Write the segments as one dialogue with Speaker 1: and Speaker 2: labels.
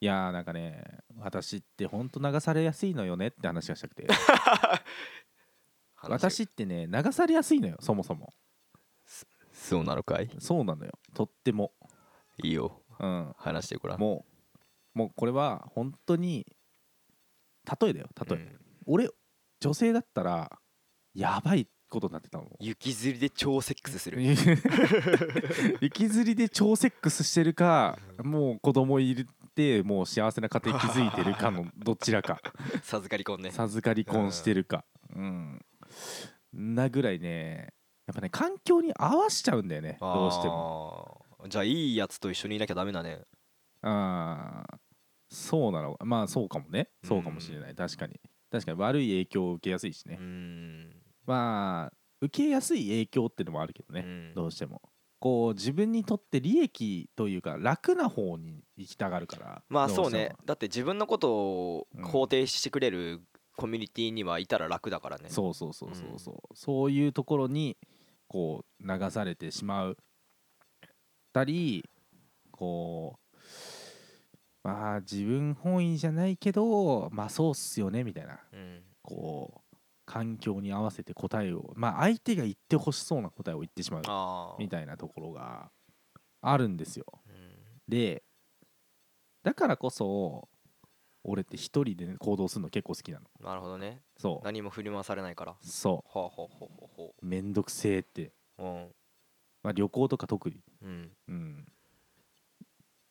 Speaker 1: いやーなんかね私ってほんと流されやすいのよねって話がした くて
Speaker 2: 話が
Speaker 1: 私ってね流されやすいのよそもそも
Speaker 2: そうなのかい
Speaker 1: そうなのよとっても
Speaker 2: いいよ
Speaker 1: うん
Speaker 2: 話してごらん
Speaker 1: もうもうこれは本当に例えだよ例え、
Speaker 2: うん
Speaker 1: 俺女性だったらやばいことになって たもん
Speaker 2: 雪吊りで超セックスす る
Speaker 1: 息づりで超セックスしてるかもう子供いてもう幸せな家庭築いてるかのどちらか
Speaker 2: 授かり婚ね
Speaker 1: 授かり婚してるかうんなぐらいねやっぱね環境に合わしちゃうんだよねどうしても
Speaker 2: もじゃあいいやつと一緒にいなきゃダメだね
Speaker 1: ああそうなのまあそうかもねそうかもしれない、確かに確かに悪い影響を受けやすいし
Speaker 2: う
Speaker 1: ね、
Speaker 2: ん
Speaker 1: まあ受けやすい影響ってのもあるけど
Speaker 2: う
Speaker 1: ね、
Speaker 2: ん
Speaker 1: どうしてもこう自分にとって利益というか楽な方に行きたがるから
Speaker 2: まあ
Speaker 1: ど
Speaker 2: そう
Speaker 1: しても
Speaker 2: ねだって自分のことを
Speaker 1: うん
Speaker 2: 肯定してくれるコミュニティにはいたら楽だからね
Speaker 1: そうそうそうそうそう、そういうところにこう流されてしまうたりこうまあ自分本位じゃないけどまあそうっすよねみたいな
Speaker 2: うん
Speaker 1: こう環境に合わせて答えをまあ相手が言ってほしそうな答えを言ってしまう
Speaker 2: ああ
Speaker 1: みたいなところがあるんですよ
Speaker 2: うん
Speaker 1: でだからこそ俺って一人で行動するの結構好きなの
Speaker 2: なるほどね
Speaker 1: そう
Speaker 2: 何も振り回されないから
Speaker 1: そ
Speaker 2: ほうほうほうほうほ
Speaker 1: うめんどくせえって、
Speaker 2: ううん
Speaker 1: まあ、旅行とか特に
Speaker 2: うん
Speaker 1: うん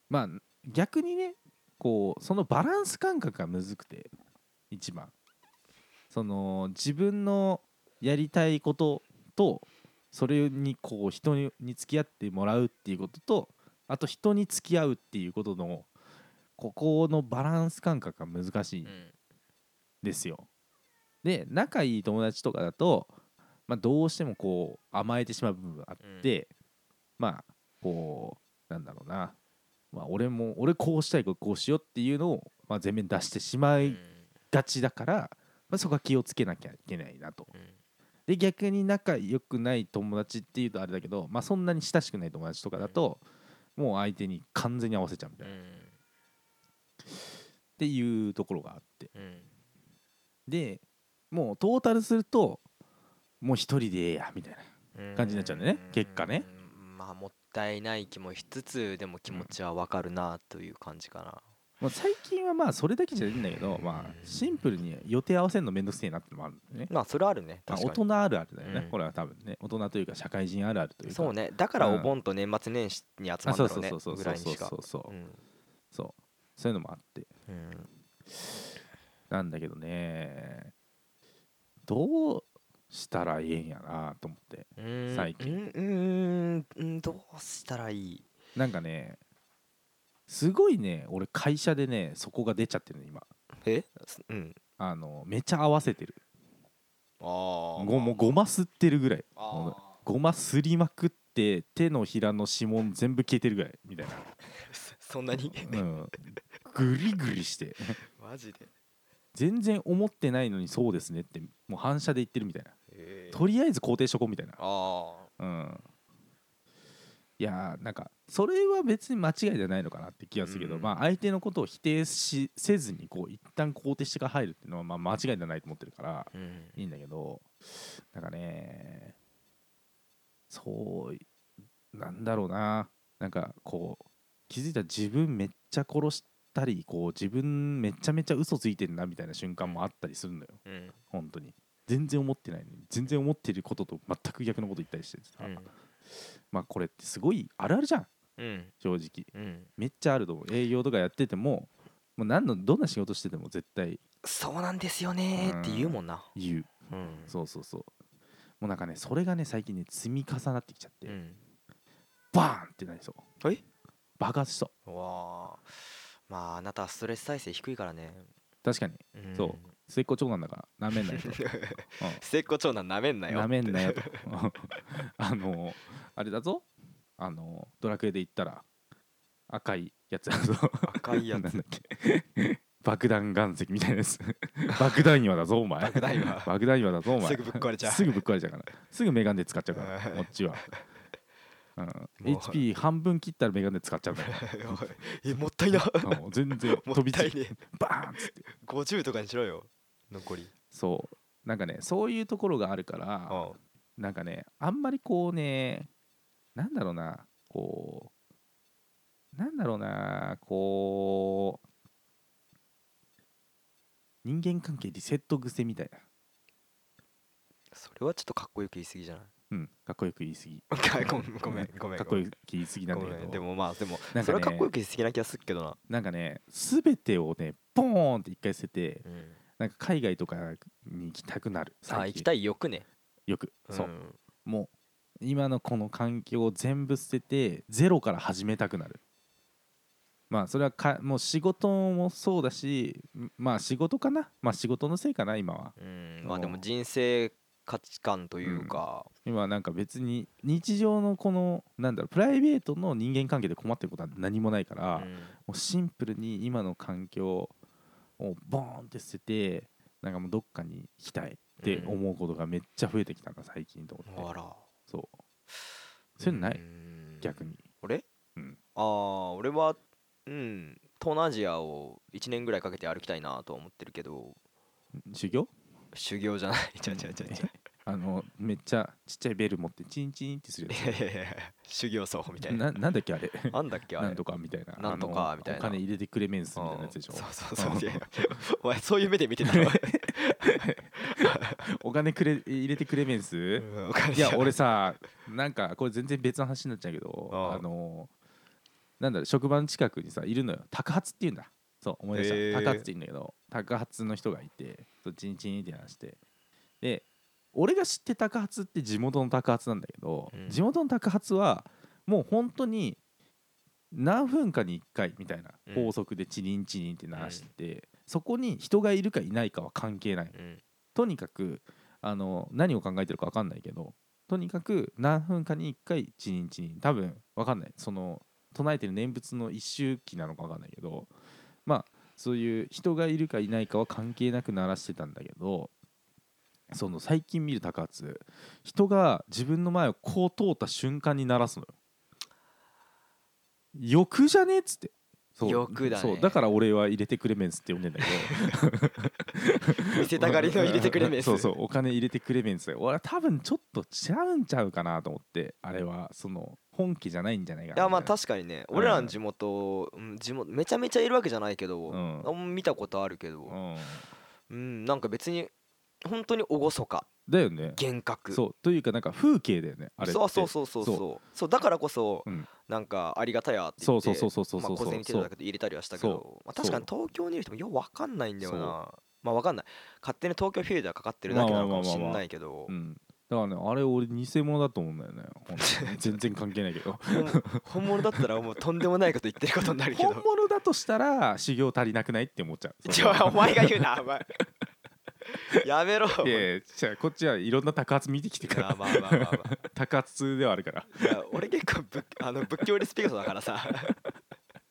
Speaker 1: まあ逆にねこうそのバランス感覚がむずくて一番その自分のやりたいこととそれにこう人にに付き合ってもらうっていうこととあと人に付き合うっていうことのここのバランス感覚が難しいん
Speaker 2: うん
Speaker 1: ですよ。で仲いい友達とかだと、まあ、どうしてもこう甘えてしまう部分があって、まあこうなんだろうな、まあ、俺も俺こうしたいからこうしようっていうのを、まあ、前面に出してしま
Speaker 2: う
Speaker 1: い
Speaker 2: ん
Speaker 1: がちだから、まあ、そこは気をつけなきゃいけないなと。
Speaker 2: うん
Speaker 1: で逆に仲良くない友達っていうとあれだけど、まあ、そんなに親しくない友達とかだと、もう相手に完全に合わせちゃうみた
Speaker 2: う
Speaker 1: いな、っ
Speaker 2: ん
Speaker 1: ていうところがあって。
Speaker 2: うん
Speaker 1: でもうトータルするともう一人でええやみたいな感じになっちゃうんだよね結果ね
Speaker 2: うんまあもったいない気もしつつでも気持ちはわかるなという感じかな
Speaker 1: まあ最近はまあそれだけじゃないんだけど、まあ、シンプルに予定合わせるのめんどくせえなってのもあるんだよね、
Speaker 2: まあそれはあるね
Speaker 1: まあ、大
Speaker 2: 確かに
Speaker 1: 人あるあるだよね、
Speaker 2: うん
Speaker 1: これは多分ね大人というか社会人あるあるというか
Speaker 2: そうねだから
Speaker 1: うん
Speaker 2: お盆と年末年始に集ま
Speaker 1: あ
Speaker 2: る
Speaker 1: そう
Speaker 2: んだ
Speaker 1: そ
Speaker 2: ろう
Speaker 1: う
Speaker 2: ね
Speaker 1: そうそう
Speaker 2: ぐ
Speaker 1: そ
Speaker 2: ら
Speaker 1: う
Speaker 2: い
Speaker 1: そう
Speaker 2: にし
Speaker 1: そ
Speaker 2: か
Speaker 1: うそう
Speaker 2: うん
Speaker 1: そうそういうのもあって
Speaker 2: うん
Speaker 1: なんだけどねどうしたらええんやなと思って
Speaker 2: うーん
Speaker 1: 最近
Speaker 2: うんうんうんどうしたらいい
Speaker 1: なんかねすごいね俺会社でねそこが出ちゃってるの今
Speaker 2: えすうん
Speaker 1: あのめちゃ合わせてる
Speaker 2: ああ
Speaker 1: ごもうごま吸ってるぐらいもう
Speaker 2: あ
Speaker 1: ごますりまくって手のひらの指紋全部消えてるぐらいみたい
Speaker 2: ーそ そんなに
Speaker 1: な、うん、ぐりぐりして
Speaker 2: マジで
Speaker 1: 全然思ってないのにそうですねってもう反射で言ってるみたいな
Speaker 2: えー
Speaker 1: とりあえず肯定しとこうみたいな、
Speaker 2: あ
Speaker 1: うん、いやーなんかそれは別に間違いじゃないのかなって気がするけど、
Speaker 2: うん
Speaker 1: まあ相手のことを否定しせずにこう一旦肯定してから入るっていうのはまあ間違いじゃないと思ってるから
Speaker 2: あうん
Speaker 1: いいんだけどなんかねそうなんだろうななんかこう気づいたら自分めっちゃ殺したりこう自分めちゃめちゃ嘘ついてんなみたいな瞬間もあったりするのよ
Speaker 2: うん
Speaker 1: 本当に全然思ってないのに全然思ってることと全く逆のこと言ったりしてさ、
Speaker 2: うん
Speaker 1: まあこれってすごいあるあるじゃん
Speaker 2: うん
Speaker 1: 正直
Speaker 2: うん
Speaker 1: めっちゃあると思う営業とかやっててももう何のどんな仕事してても絶対
Speaker 2: そうなんですよねーって言うもんな
Speaker 1: 言う
Speaker 2: うん
Speaker 1: そうそうそうもうなんかねそれがね最近ね積み重なってきちゃって、
Speaker 2: うん
Speaker 1: バーンってなりそう
Speaker 2: はい
Speaker 1: 爆発しそう
Speaker 2: わあまああなたはストレス耐性低いからね、
Speaker 1: 確かに
Speaker 2: うん
Speaker 1: そう末っ子長男だからなめんな よと
Speaker 2: 末っ子長男なめんなよ
Speaker 1: なめんなよ
Speaker 2: って
Speaker 1: と あのあれだぞあのドラクエで言ったら赤いやつだぞ
Speaker 2: 赤いや
Speaker 1: なん
Speaker 2: つ
Speaker 1: だっけ 爆弾岩石みたいなやつ 爆弾岩だぞお前
Speaker 2: 爆弾岩
Speaker 1: 爆弾岩だぞお前
Speaker 2: すぐぶっ壊れちゃう
Speaker 1: すぐぶっ壊れちゃうからすぐメガネで使っちゃうから
Speaker 2: うん
Speaker 1: こっちはうん、
Speaker 2: う
Speaker 1: HP 半分切ったらメガネ使っちゃうんだよ
Speaker 2: え もったいな
Speaker 1: うん全然
Speaker 2: も
Speaker 1: 飛
Speaker 2: っ
Speaker 1: び
Speaker 2: た
Speaker 1: つ
Speaker 2: い
Speaker 1: い
Speaker 2: ね
Speaker 1: バーンっつって
Speaker 2: 50とかにしろよ残り
Speaker 1: そうなんかねそういうところがあるから
Speaker 2: あ
Speaker 1: なんかねあんまりこうねなんだろうなこうなんだろうなこう人間関係リセット癖みたいな、
Speaker 2: それはちょっとかっこよく言い過ぎじゃない
Speaker 1: うん、かっこよく言い過ぎ
Speaker 2: ごめんごめんごめん
Speaker 1: かっこよく言い過ぎなん
Speaker 2: ご
Speaker 1: だ
Speaker 2: め
Speaker 1: け
Speaker 2: ん
Speaker 1: ど
Speaker 2: でもまあでも
Speaker 1: なん
Speaker 2: そ
Speaker 1: かね
Speaker 2: れはかっこよく言い過ぎな気がするけどな
Speaker 1: なんかね全てをねポーンって一回捨てて
Speaker 2: うん
Speaker 1: なんか海外とかに行きたくなる
Speaker 2: あ
Speaker 1: 最
Speaker 2: 行き
Speaker 1: 近
Speaker 2: たい欲ね
Speaker 1: よく、そうんもう今のこの環境を全部捨ててゼロから始めたくなるまあそれはかもう仕事もそうだしんまあ仕事かなまあ仕事のせいかな今は
Speaker 2: うんまあで
Speaker 1: う
Speaker 2: も
Speaker 1: ん
Speaker 2: 人生価値観というか
Speaker 1: 今はなんか別に日常のこのなんだろうプライベートの人間関係で困ってることは何もないから、
Speaker 2: う
Speaker 1: も
Speaker 2: ん
Speaker 1: うシンプルに今の環境をボーンって捨ててなんかもうどっかに行きたいって思うことがめっちゃ増えてきたんだ最近と思って、
Speaker 2: あら
Speaker 1: そうそういうのない、
Speaker 2: うん
Speaker 1: 逆に
Speaker 2: 俺
Speaker 1: うん
Speaker 2: ああ俺はうん東南アジアを1年ぐらいかけて歩きたいなとは思ってるけど
Speaker 1: 修行
Speaker 2: 修行じゃないちゃうちゃうちゃうちゃう
Speaker 1: あのめっちゃちっちゃいベル持ってチンチンってするや
Speaker 2: いやいやいやいや修行僧みた
Speaker 1: つ
Speaker 2: いな
Speaker 1: ななんだっけあれ
Speaker 2: なんだっけあれ
Speaker 1: なんとかみたいな
Speaker 2: なんと
Speaker 1: あ
Speaker 2: か
Speaker 1: の
Speaker 2: みたいな
Speaker 1: お金入れてくれメンスみたいなやつでしょ
Speaker 2: うんそうそう
Speaker 1: う
Speaker 2: そ
Speaker 1: ん
Speaker 2: ういやいやお前そういう目で見てたの
Speaker 1: お金くれ入れてくれメンス
Speaker 2: うんおかし
Speaker 1: いや俺さなんかこれ全然別の話になっちゃうけど
Speaker 2: ああ
Speaker 1: あのなんだろう職場の近くにさいるのよ宅発っていうんだそう思い出した、
Speaker 2: へえ
Speaker 1: 宅発って言うんだけど宅発の人がいてそうチンチンって話してで俺が知って宅発って地元の宅発なんだけど、
Speaker 2: うん
Speaker 1: 地元の宅発はもう本当に何分かに1回みたいな
Speaker 2: うん
Speaker 1: 法則でチリンチリンって鳴らしてて、そこに人がいるかいないかは関係ない
Speaker 2: うん
Speaker 1: とにかくあの何を考えてるか分かんないけどとにかく何分かに1回チリンチリン多分分かんないその唱えてる念仏の一周期なのか分かんないけどまあそういう人がいるかいないかは関係なく鳴らしてたんだけどその最近見る高津人が自分の前をこう通った瞬間に鳴らすのよ欲じゃねっつってそう
Speaker 2: 欲だね
Speaker 1: そうだから俺は入れてくれメンスって呼んでんだけど
Speaker 2: 見せたがりの入れてくれメ ス
Speaker 1: そうそうお金入れてくれメンス俺は多分ちょっと違うんちゃうかなと思ってあれはその本気じゃないんじゃないか
Speaker 2: い
Speaker 1: な
Speaker 2: やまあ
Speaker 1: みたい
Speaker 2: 確かにね
Speaker 1: うん
Speaker 2: 俺らの地元うん地元めちゃめちゃいるわけじゃないけど
Speaker 1: うん
Speaker 2: あんま見たことあるけ
Speaker 1: な
Speaker 2: ど
Speaker 1: うん
Speaker 2: うんなんか別に本当に厳か
Speaker 1: だよね
Speaker 2: 厳格
Speaker 1: そうというかなんか風景だよねあれって
Speaker 2: そうそうそうそうそうそうだからこそ、
Speaker 1: うん
Speaker 2: なんかありがたやって
Speaker 1: そ
Speaker 2: 言
Speaker 1: う
Speaker 2: って
Speaker 1: そうそうそうそう
Speaker 2: ま
Speaker 1: そ
Speaker 2: あ
Speaker 1: う
Speaker 2: 小
Speaker 1: そう
Speaker 2: 銭程度だけど入れたりはしたけど、まあ、
Speaker 1: そう
Speaker 2: 確かに東京にいる人もよくわかんないんだよ
Speaker 1: そう
Speaker 2: なまあわかんない勝手に東京フィールダーかかってるだけなのかもしんないけど
Speaker 1: うんだからねあれ俺偽物だと思うんだよね本 当に全然関係ないけど
Speaker 2: 本物だったらもうとんでもないこと言ってることになるけ
Speaker 1: 本
Speaker 2: ど
Speaker 1: 物だとしたら修行足りなくないって思っ ちゃう
Speaker 2: ちょお前が言うなお前やめろお
Speaker 1: い
Speaker 2: 前
Speaker 1: やいやじゃあこっちはいろんな高圧見てきてか
Speaker 2: まあ
Speaker 1: ら
Speaker 2: まあまあまあ、まあ
Speaker 1: 高圧通ではあるから
Speaker 2: いや俺結構仏あの仏教リスピクトだからさ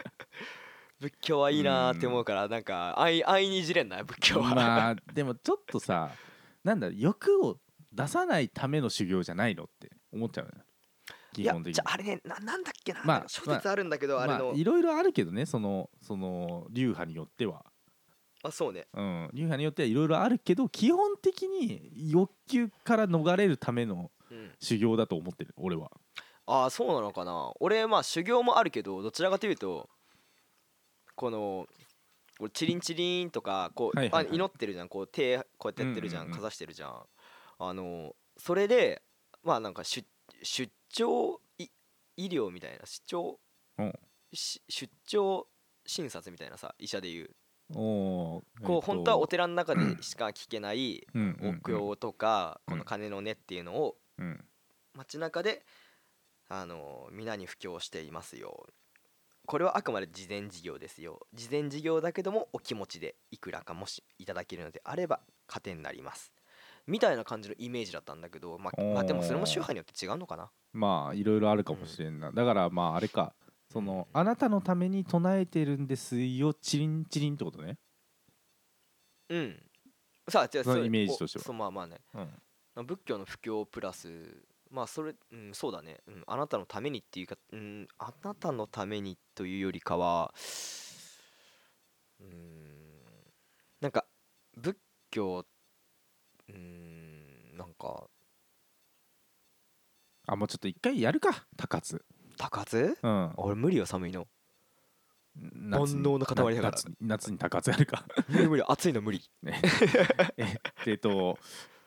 Speaker 2: 仏教はいいなーって思うからなんか安易安易にいじれんな仏教は、
Speaker 1: まあでもちょっとさなんだろう欲を出さないための修行じゃないのって思っちゃうね
Speaker 2: い
Speaker 1: 基
Speaker 2: や
Speaker 1: 本的
Speaker 2: じ
Speaker 1: に
Speaker 2: ゃああれねななんだっけな、
Speaker 1: まあ
Speaker 2: なんか諸説あるんだけど、あ、れ
Speaker 1: ま
Speaker 2: の
Speaker 1: あいろいろあるけどねそのその流派によっては、
Speaker 2: あそうね
Speaker 1: うん、流派によってはいろいろあるけど基本的に欲求から逃れるための
Speaker 2: うん
Speaker 1: 修行だと思ってる俺は
Speaker 2: ああそうなのかな俺まあ修行もあるけどどちらかというとこの俺チリンチリンとかこう、
Speaker 1: はいはいはい
Speaker 2: あ祈ってるじゃんこう手こうやってやってるじゃん,、
Speaker 1: うんうんうん
Speaker 2: かざしてるじゃんあのそれでまあなんか出出張い医療みたいな出張、
Speaker 1: うん
Speaker 2: し出張診察みたいなさ医者でいう
Speaker 1: おー
Speaker 2: こう本当はお
Speaker 1: 手
Speaker 2: 寺の中でしか聞けないお経とか、
Speaker 1: うん
Speaker 2: この鐘の音っていうのを
Speaker 1: うん
Speaker 2: 街中であの皆に布教していますよこれはあくまで事前事業ですよ事前事業だけどもお気持ちでいくらかもしいただけるのであれば糧になりますみたいな感じのイメージだったんだけどまあ、まあでもそれも宗派によって違うのかな
Speaker 1: まあいろいろあるかもしれんな、だからまああれかそのあなたのために唱えてるんですよチリンチリンってことね
Speaker 2: うんさあじゃあ
Speaker 1: その
Speaker 2: れ
Speaker 1: イメージとしては
Speaker 2: おそうまあまあね
Speaker 1: うん
Speaker 2: 仏教の布教プラスまあそれ、うん、そうだね、うん、あなたのためにっていうか、うん、あなたのためにというよりかはうんなんか仏教うんなんか
Speaker 1: あもうちょっと一回やるか高津
Speaker 2: 高津
Speaker 1: うん
Speaker 2: 俺無理よ寒いの
Speaker 1: 万
Speaker 2: 能の塊だから
Speaker 1: 夏に夏に高津やる か
Speaker 2: 無理無理暑いの無理、
Speaker 1: えっと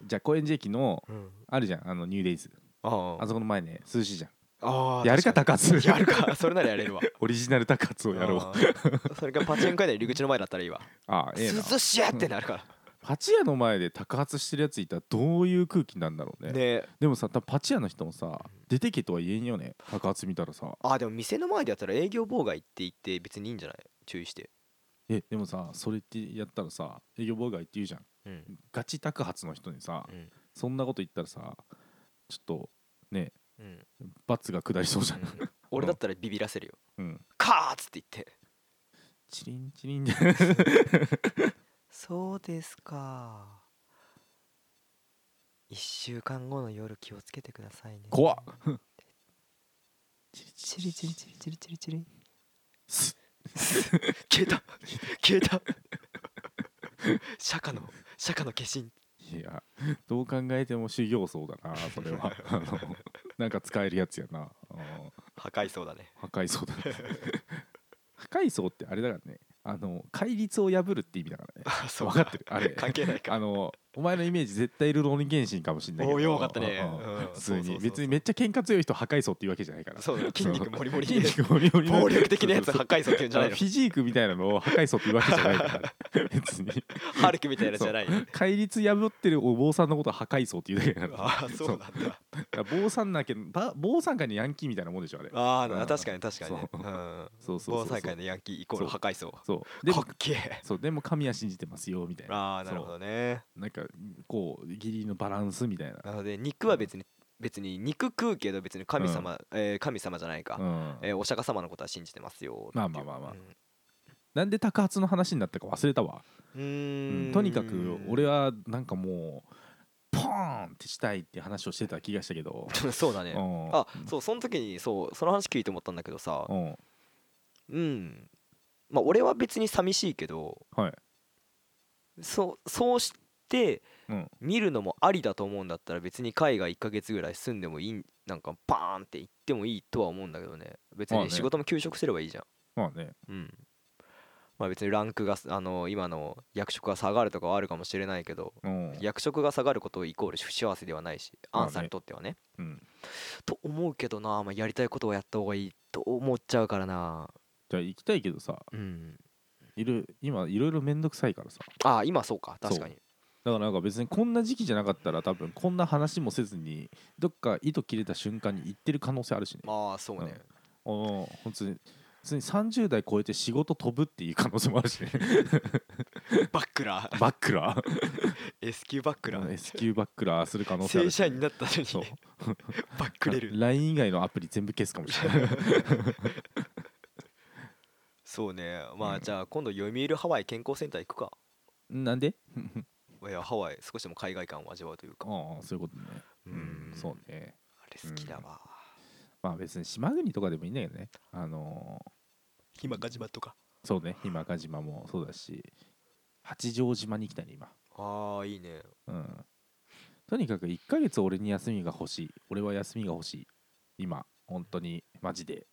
Speaker 1: じゃあ高円寺駅の
Speaker 2: うん、
Speaker 1: あるじゃんあのニューデイズ
Speaker 2: あ
Speaker 1: あそこの前ね涼しいじゃん
Speaker 2: あ
Speaker 1: やるか
Speaker 2: 確
Speaker 1: 高津
Speaker 2: にやるかそれならやれるわ
Speaker 1: オリジナル高津をやろう
Speaker 2: あーそれからパチンコ屋の入り口の前だったらいいわ
Speaker 1: ああええな
Speaker 2: 涼しいってなるか
Speaker 1: パチ屋の前で高発してるやついたらどういう空気なんだろう
Speaker 2: ら
Speaker 1: ね
Speaker 2: ね
Speaker 1: でもさ多分パチ屋の人もさ出てけとは言えんよね高発見たらさ
Speaker 2: あーでも店の前でやったら営業妨害って言って別にいいんじゃない注意して
Speaker 1: えでもさそれってやったらさ営業妨害って言うじゃん
Speaker 2: うん
Speaker 1: ガチ高発の人にさ
Speaker 2: うん
Speaker 1: そんなこと言ったらさちょっとね
Speaker 2: うん うん
Speaker 1: 罰が下りそうじゃん
Speaker 2: 俺だったらビビらせるよ
Speaker 1: うん
Speaker 2: カーッつって言って
Speaker 1: チリンチリン
Speaker 2: そうですか1週間後の夜気をつけてくださいね
Speaker 1: 怖っ
Speaker 2: チリチリチリチリチリチリ消えた消えた釈迦の釈迦の化身
Speaker 1: いやどう考えても修行僧だなそれはあのなんか使えるやつやなうん
Speaker 2: 破壊そうだね
Speaker 1: 破壊層だね破壊層ってあれだからねあの戒律を破るって意味だからね
Speaker 2: あそう
Speaker 1: 分かってるあれ
Speaker 2: 関係ないか
Speaker 1: あのお前のイメージ絶対ルローニケンシンかもしんないけど
Speaker 2: おーよかったね
Speaker 1: うんうん
Speaker 2: うん
Speaker 1: 普通
Speaker 2: そうそうそうそ
Speaker 1: に
Speaker 2: う
Speaker 1: 別にめっちゃ喧嘩強い人破壊層っていうわけじゃないから
Speaker 2: そうだね筋肉もりも り
Speaker 1: 筋肉モリモリの
Speaker 2: 暴力的なやつ破壊層っていうんじゃ
Speaker 1: あ
Speaker 2: ない
Speaker 1: の
Speaker 2: の
Speaker 1: フィジークみたいなのを破壊層っていうわけじゃないから 別に
Speaker 2: ハルクみたいなやつじゃないの
Speaker 1: 戒律破ってるお坊さんのことは破壊層っていうだけだから
Speaker 2: ああそうなんだ
Speaker 1: だから坊さんなきゃば坊さんかにヤンキーみたいなもんでしょあれ
Speaker 2: あ
Speaker 1: う
Speaker 2: あ
Speaker 1: ん
Speaker 2: 確かに確かにね
Speaker 1: そう
Speaker 2: うん
Speaker 1: そうそうそう
Speaker 2: 防災会のヤンキーイコール
Speaker 1: そう
Speaker 2: 破壊層か
Speaker 1: そうでも
Speaker 2: っけ え
Speaker 1: そうでも神は信じてますよみたいな
Speaker 2: ああなるほどね
Speaker 1: なんかこうギリのバランスみたいな、
Speaker 2: なので肉は別に別に肉食うけど別に神様えー神様じゃないか
Speaker 1: うん、
Speaker 2: えーお釈迦様のことは信じてますよ
Speaker 1: まあまあまあまあ
Speaker 2: っていう
Speaker 1: なんで高発の話になったか忘れたわ、
Speaker 2: うん
Speaker 1: う
Speaker 2: うん
Speaker 1: んとにかく俺はなんかもうポーンってしたいって話をしてた気がしたけど、
Speaker 2: そうだね
Speaker 1: うん、
Speaker 2: あそうその時にそうその話聞いて思ったんだけどさ
Speaker 1: うん
Speaker 2: うんまあ俺は別に寂しいけど
Speaker 1: はい
Speaker 2: そうそうして
Speaker 1: うん
Speaker 2: 見るのもありだと思うんだったら別に海外1ヶ月ぐらい住んでもいいなんかパーンって行ってもいいとは思うんだけどね別
Speaker 1: まあ
Speaker 2: に
Speaker 1: ね
Speaker 2: 仕事も休職すればいいじゃん
Speaker 1: まあね
Speaker 2: うんまあ別にランクがあの今の役職が下がるとかはあるかもしれないけど
Speaker 1: うん
Speaker 2: 役職が下がることイコール不幸せではないし
Speaker 1: まあ
Speaker 2: ア
Speaker 1: ね
Speaker 2: ンさんにとってはね
Speaker 1: うん、
Speaker 2: と思うけどな、まあ、やりたいことはやった方がいいと思っちゃうからな
Speaker 1: じゃあ行きたいけどさ
Speaker 2: うん
Speaker 1: いる今いろいろ面倒くさいからさ
Speaker 2: ああ今そうか確かに
Speaker 1: だからなんか別にこんな時期じゃなかったら多分こんな話もせずにどっか糸切れた瞬間に行ってる可能性あるしね
Speaker 2: まあそうね、
Speaker 1: おー本当に普通に30代超えて仕事飛ぶっていう可能性もあるし ね
Speaker 2: バックラー
Speaker 1: バックラー
Speaker 2: S 級バックラー
Speaker 1: S 級バックラーする可能性あ
Speaker 2: 正
Speaker 1: るし
Speaker 2: 社員になったのに
Speaker 1: そう
Speaker 2: バックれる
Speaker 1: LINE 以外のアプリ全部消すかもしれ ない
Speaker 2: そうねま
Speaker 1: う
Speaker 2: あ
Speaker 1: ん
Speaker 2: じゃあ今度読売ハワイ健康センター行くか
Speaker 1: なんで
Speaker 2: いやハワイ少しでも海外感を味わうというか
Speaker 1: ああそういうことね
Speaker 2: う
Speaker 1: うんそうね
Speaker 2: あれ好きだわ
Speaker 1: まあ別に島国とかでもいいんだけどねあの
Speaker 2: ひまかじまとか
Speaker 1: ーそうね日間賀島もそうだし八丈島に来たね今
Speaker 2: ああいいね
Speaker 1: うんとにかく1ヶ月俺に休みが欲しい俺は休みが欲しい今本当にマジで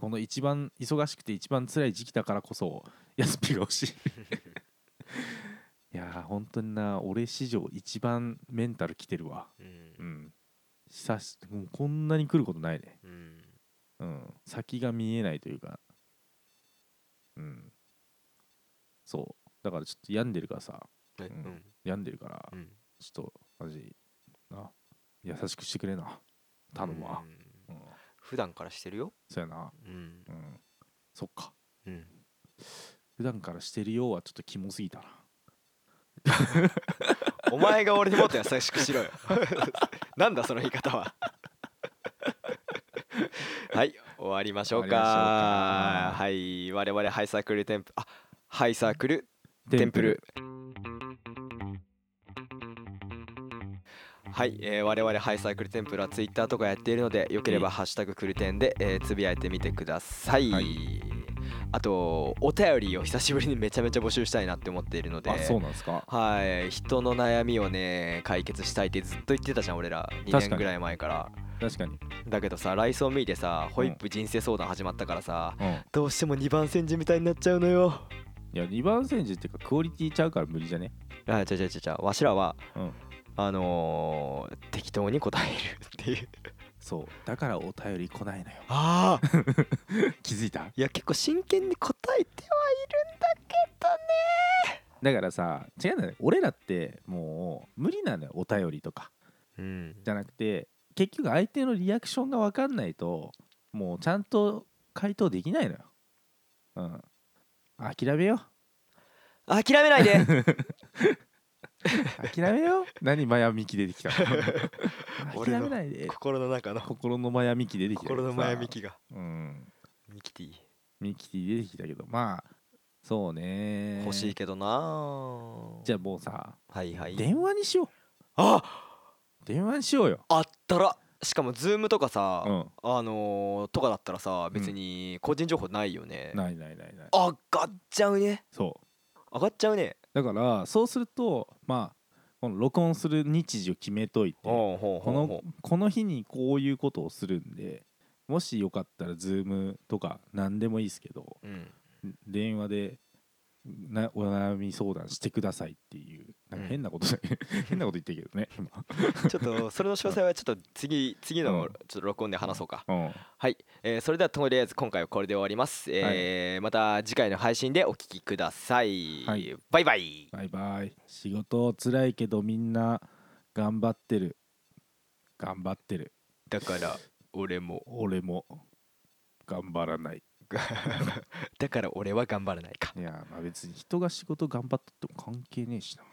Speaker 1: この一番忙しくて一番辛い時期だからこそ休みが欲しいいやー本当にな俺史上一番メンタルきてるわ
Speaker 2: う
Speaker 1: うんん久しもうこんなに来ることないね
Speaker 2: うん
Speaker 1: うん先が見えないというかうんそうだからちょっと病んでるからさ
Speaker 2: え
Speaker 1: う
Speaker 2: う
Speaker 1: ん
Speaker 2: ん
Speaker 1: 病んでるから
Speaker 2: うん
Speaker 1: ちょっとマジな優しくしてくれな頼むわ、
Speaker 2: うん
Speaker 1: うん
Speaker 2: 普段からしてるよ
Speaker 1: そうやな、
Speaker 2: うん
Speaker 1: うん、そっか
Speaker 2: うん
Speaker 1: 普段からしてるようはちょっとキモすぎたな
Speaker 2: お前が俺にもっと優しくし ろよなんだその言い方ははい終わりましょうか
Speaker 1: 終わりましょうか
Speaker 2: はい我々ハイサークルテンプあハイサークルテンプルはい、えー我々ハイサイクルテンプルはツイッターとかやっているのでよければ「ハッシュタグクルテンで」えーつぶやいてみてください、
Speaker 1: はい
Speaker 2: あとお便りを久しぶりにめちゃめちゃ募集したいなって思っているので
Speaker 1: あそうなんですか
Speaker 2: はい人の悩みをね解決したいってずっと言ってたじゃん俺ら
Speaker 1: 確
Speaker 2: 2
Speaker 1: か
Speaker 2: 年
Speaker 1: に
Speaker 2: ぐらい前から
Speaker 1: 確かに、
Speaker 2: だけどさライスを見いてさホイップ人生相談始まったからさ、
Speaker 1: うん、い
Speaker 2: どうしても2番煎じみたいになっちゃうのよ
Speaker 1: や2番煎じっていうかクオリティちゃうから無理じゃね
Speaker 2: あちゃちゃちゃちゃわしらは
Speaker 1: うん
Speaker 2: あのー適当に答えるっていう
Speaker 1: そうだからお便り来ないのよ
Speaker 2: ああ
Speaker 1: 気づいた
Speaker 2: いや結構真剣に答えてはいるんだけどね
Speaker 1: だからさ違うんだよね俺らってもう無理なのよお便りとか
Speaker 2: うん
Speaker 1: じゃなくて結局相手のリアクションが分かんないともうちゃんと回答できないのようん諦めよ
Speaker 2: 諦めな いで
Speaker 1: う諦めよう 何マヤミキ出てきたの
Speaker 2: 俺の
Speaker 1: 諦めないで
Speaker 2: 心の中の
Speaker 1: 心のマヤミキ出てきたけど
Speaker 2: 心
Speaker 1: さ
Speaker 2: の前ミキが
Speaker 1: うん
Speaker 2: ミキティ
Speaker 1: ミキティ出てきたけどまあそうね
Speaker 2: 欲しいけどな
Speaker 1: じゃ
Speaker 2: ゃ
Speaker 1: あもうさ
Speaker 2: はいはい
Speaker 1: 電話にしよ
Speaker 2: あ
Speaker 1: う電話にしようよ
Speaker 2: あったらしかもズームとかさ、
Speaker 1: うん
Speaker 2: あのーとかだったらさ別に個人情報ないよね、
Speaker 1: ないないないない
Speaker 2: 上がっちゃうね
Speaker 1: そう
Speaker 2: 上がっちゃうね
Speaker 1: だからそうするとまあこの録音する日時を決めといてこ
Speaker 2: ほうほうほう
Speaker 1: のこの日にこういうことをするんでもしよかったら Zoom とか何でもいいですけど
Speaker 2: う、うん、
Speaker 1: 電話でなお悩み相談してくださいっていうなんか変なこと、 変なこと言ってるけど ね
Speaker 2: ちょっとそれの詳細はちょっと 次次
Speaker 1: う
Speaker 2: の
Speaker 1: ん
Speaker 2: ちょっと録音で話そうか、
Speaker 1: 今、うん、
Speaker 2: はい、えーそれではとりあえず今回はこれで終わります、えーまた次回の配信でお聞きください、
Speaker 1: はい
Speaker 2: バイバイ
Speaker 1: バイバイ仕事辛いけどみんな頑張ってる頑張ってる
Speaker 2: だから俺も
Speaker 1: 俺も頑張らない
Speaker 2: だから俺は頑張らないか
Speaker 1: いやまあ別に人が仕事頑張ったっても関係ねえしな